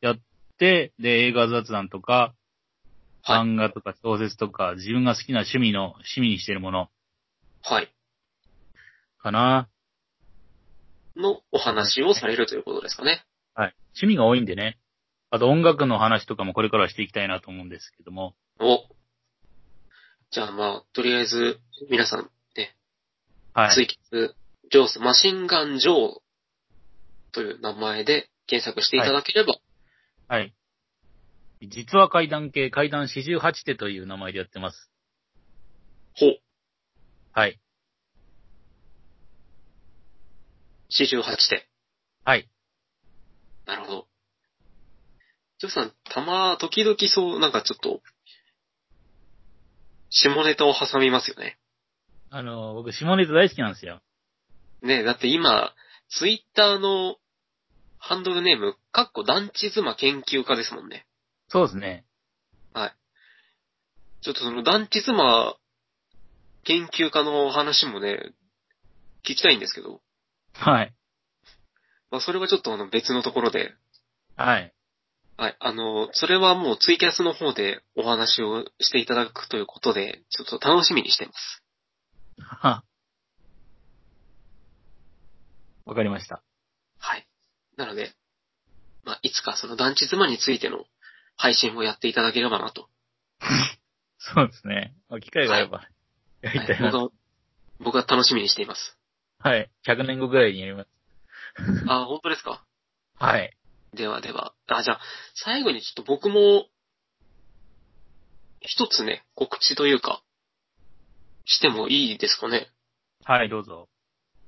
やって、で、映画雑談とか、はい漫画とか小説とか、自分が好きな趣味の、趣味にしてるものはい。かな。のお話をされるということですかね。はい。趣味が多いんでね。あと音楽の話とかもこれからはしていきたいなと思うんですけども。お。じゃあまあ、とりあえず、皆さん、ね、はい。ツイキャス、ジョース、マシンガンジョーという名前で検索していただければ、はい。実は階段系、階段48手という名前でやってます。ほう。はい。 48点。はい。なるほど。ジョーさん、たま、時々そう、なんかちょっと、下ネタを挟みますよね。あの、僕、下ネタ大好きなんですよ。ねえだって今、ツイッターのハンドルネーム、かっこ団地妻研究家ですもんね。そうですね。ちょっとその団地妻研究家のお話もね、聞きたいんですけど、はい。まあそれはちょっとあの別のところで、はい。はい、あの、それはもうツイキャスの方でお話をしていただくということで、ちょっと楽しみにしてます。はわかりました。はい。なので、まあいつかその団地妻についての配信をやっていただければなと。そうですね。まあ、機会があれば、やりはたいい、な僕と。は、僕は楽しみにしています。はい。100年後ぐらいにやります。あ、本当ですかはい。ではでは、あ、じゃあ、最後にちょっと僕も、一つね、告知というか、してもいいですかね。はい、どうぞ。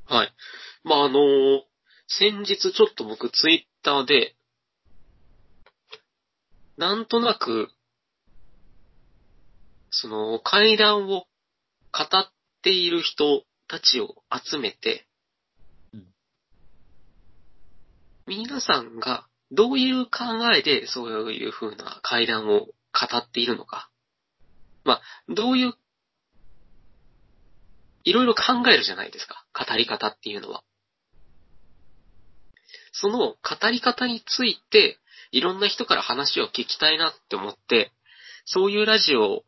はい。まあ、あの先日ちょっと僕ツイッターで、なんとなく、その、階段を語っている人たちを集めてうん、皆さんがどういう考えでそういう風な階段を語っているのか。まあ、どういう、いろいろ考えるじゃないですか。語り方っていうのは。その語り方について、いろんな人から話を聞きたいなって思って、そういうラジオを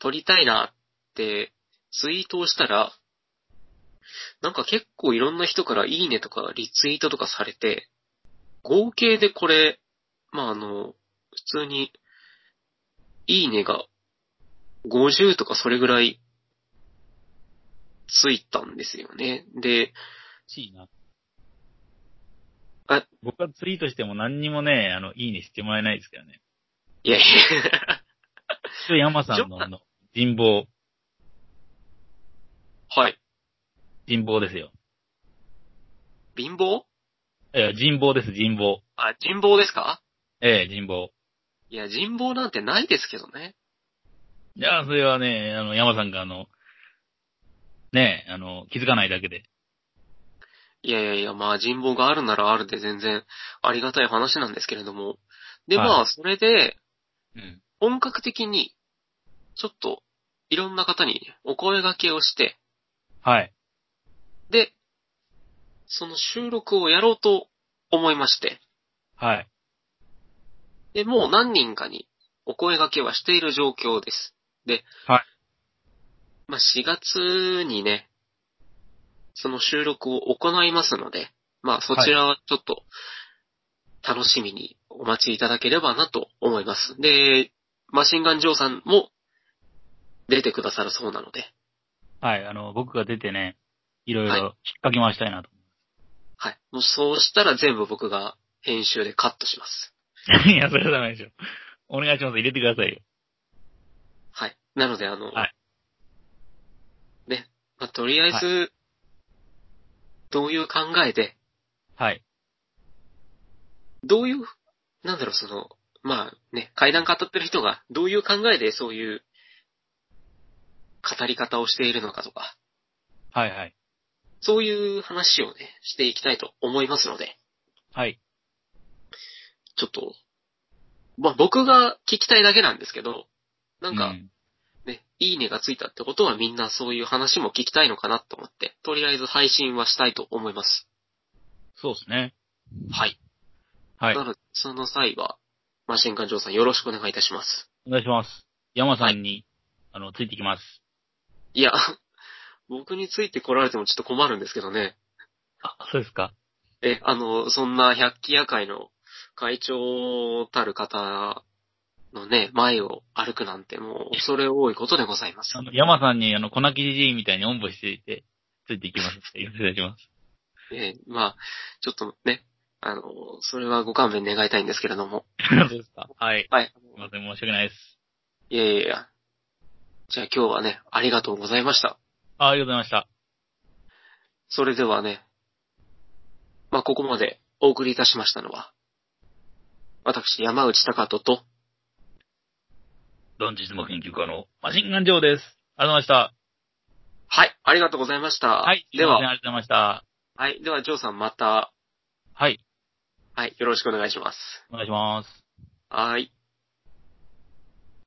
撮りたいなってツイートをしたら、なんか結構いろんな人からいいねとかリツイートとかされて、合計でこれ、まあ、あの、普通に、いいねが50とかそれぐらいついたんですよね。で、しいな。あ僕はツイートしても何にもね、あの、いいねしてもらえないですけどね。いやいや、 [LAUGHS] 一応山さんのあの人望、はい。人望ですよ。貧乏いや、人望です、人望。あ、人望ですかええ、人望。いや、人望なんてないですけどね。いや、それはね、あの、山さんがあの、ねえ、あの、気づかないだけで。いやいやいや、まあ人望があるならあるで全然ありがたい話なんですけれども。で、はいまあ、それで、うん。本格的に、ちょっと、いろんな方にお声掛けをして、はい。で、その収録をやろうと思いまして、はい。で、もう何人かにお声掛けはしている状況です。で、はいまあ、4月にね、その収録を行いますので、まあ、そちらはちょっと、楽しみにお待ちいただければなと思います。で、マシンガンジョーさんも出てくださるそうなので、はい。あの、僕が出てね、いろいろはい引っ掛け回したいなと。はい。もうそうしたら全部僕が編集でカットします。 [LAUGHS] い、や、それはダメでしょ。お願いします。入れてくださいよ。はい。なので、あの、はいね、まあ、とりあえず、どういう考えで、はい。どういう、なんだろう、その、まあね、階段語ってる人が、どういう考えでそういう、語り方をしているのかとか、はいはい。そういう話をね、していきたいと思いますので、はい。ちょっと、まあ僕が聞きたいだけなんですけど、なんか、うね、いいねがついたってことはみんなそういう話も聞きたいのかなと思って、とりあえず配信はしたいと思います。そうですね。はい。はいな。ので、その際は、マシンガンジョーさんよろしくお願いいたします。お願いします。山さんに、あの、ついてきます。いや、 [LAUGHS] 僕について来られてもちょっと困るんですけどね。あ、そうですかえ、あの、そんな百鬼夜会の会長たる方のね、前を歩くなんてもう恐れ多いことでございますあ。の、山さんに、あの、粉木じじいみたいにおんぶしていて、ついていきますって。よろしくお願いし [LAUGHS] ます。え、まあ、ちょっとね、あの、それはご勘弁願いたいんですけれども。そうですかはい。はい。すいません、申し訳ないです。いやいやいや。じゃあ今日はね、ありがとうございました。あありがとうございました。それではね、まあ、ここまでお送りいたしましたのは、私、山内隆人と、ドンチズモ研究家のマシンガンジョーです。ありがとうございました。はい、ありがとうございました。はい。ですいませんは、ありがとうございました。はい、では、ジョーさんまた、はい。はい、よろしくお願いします。お願いします。はい。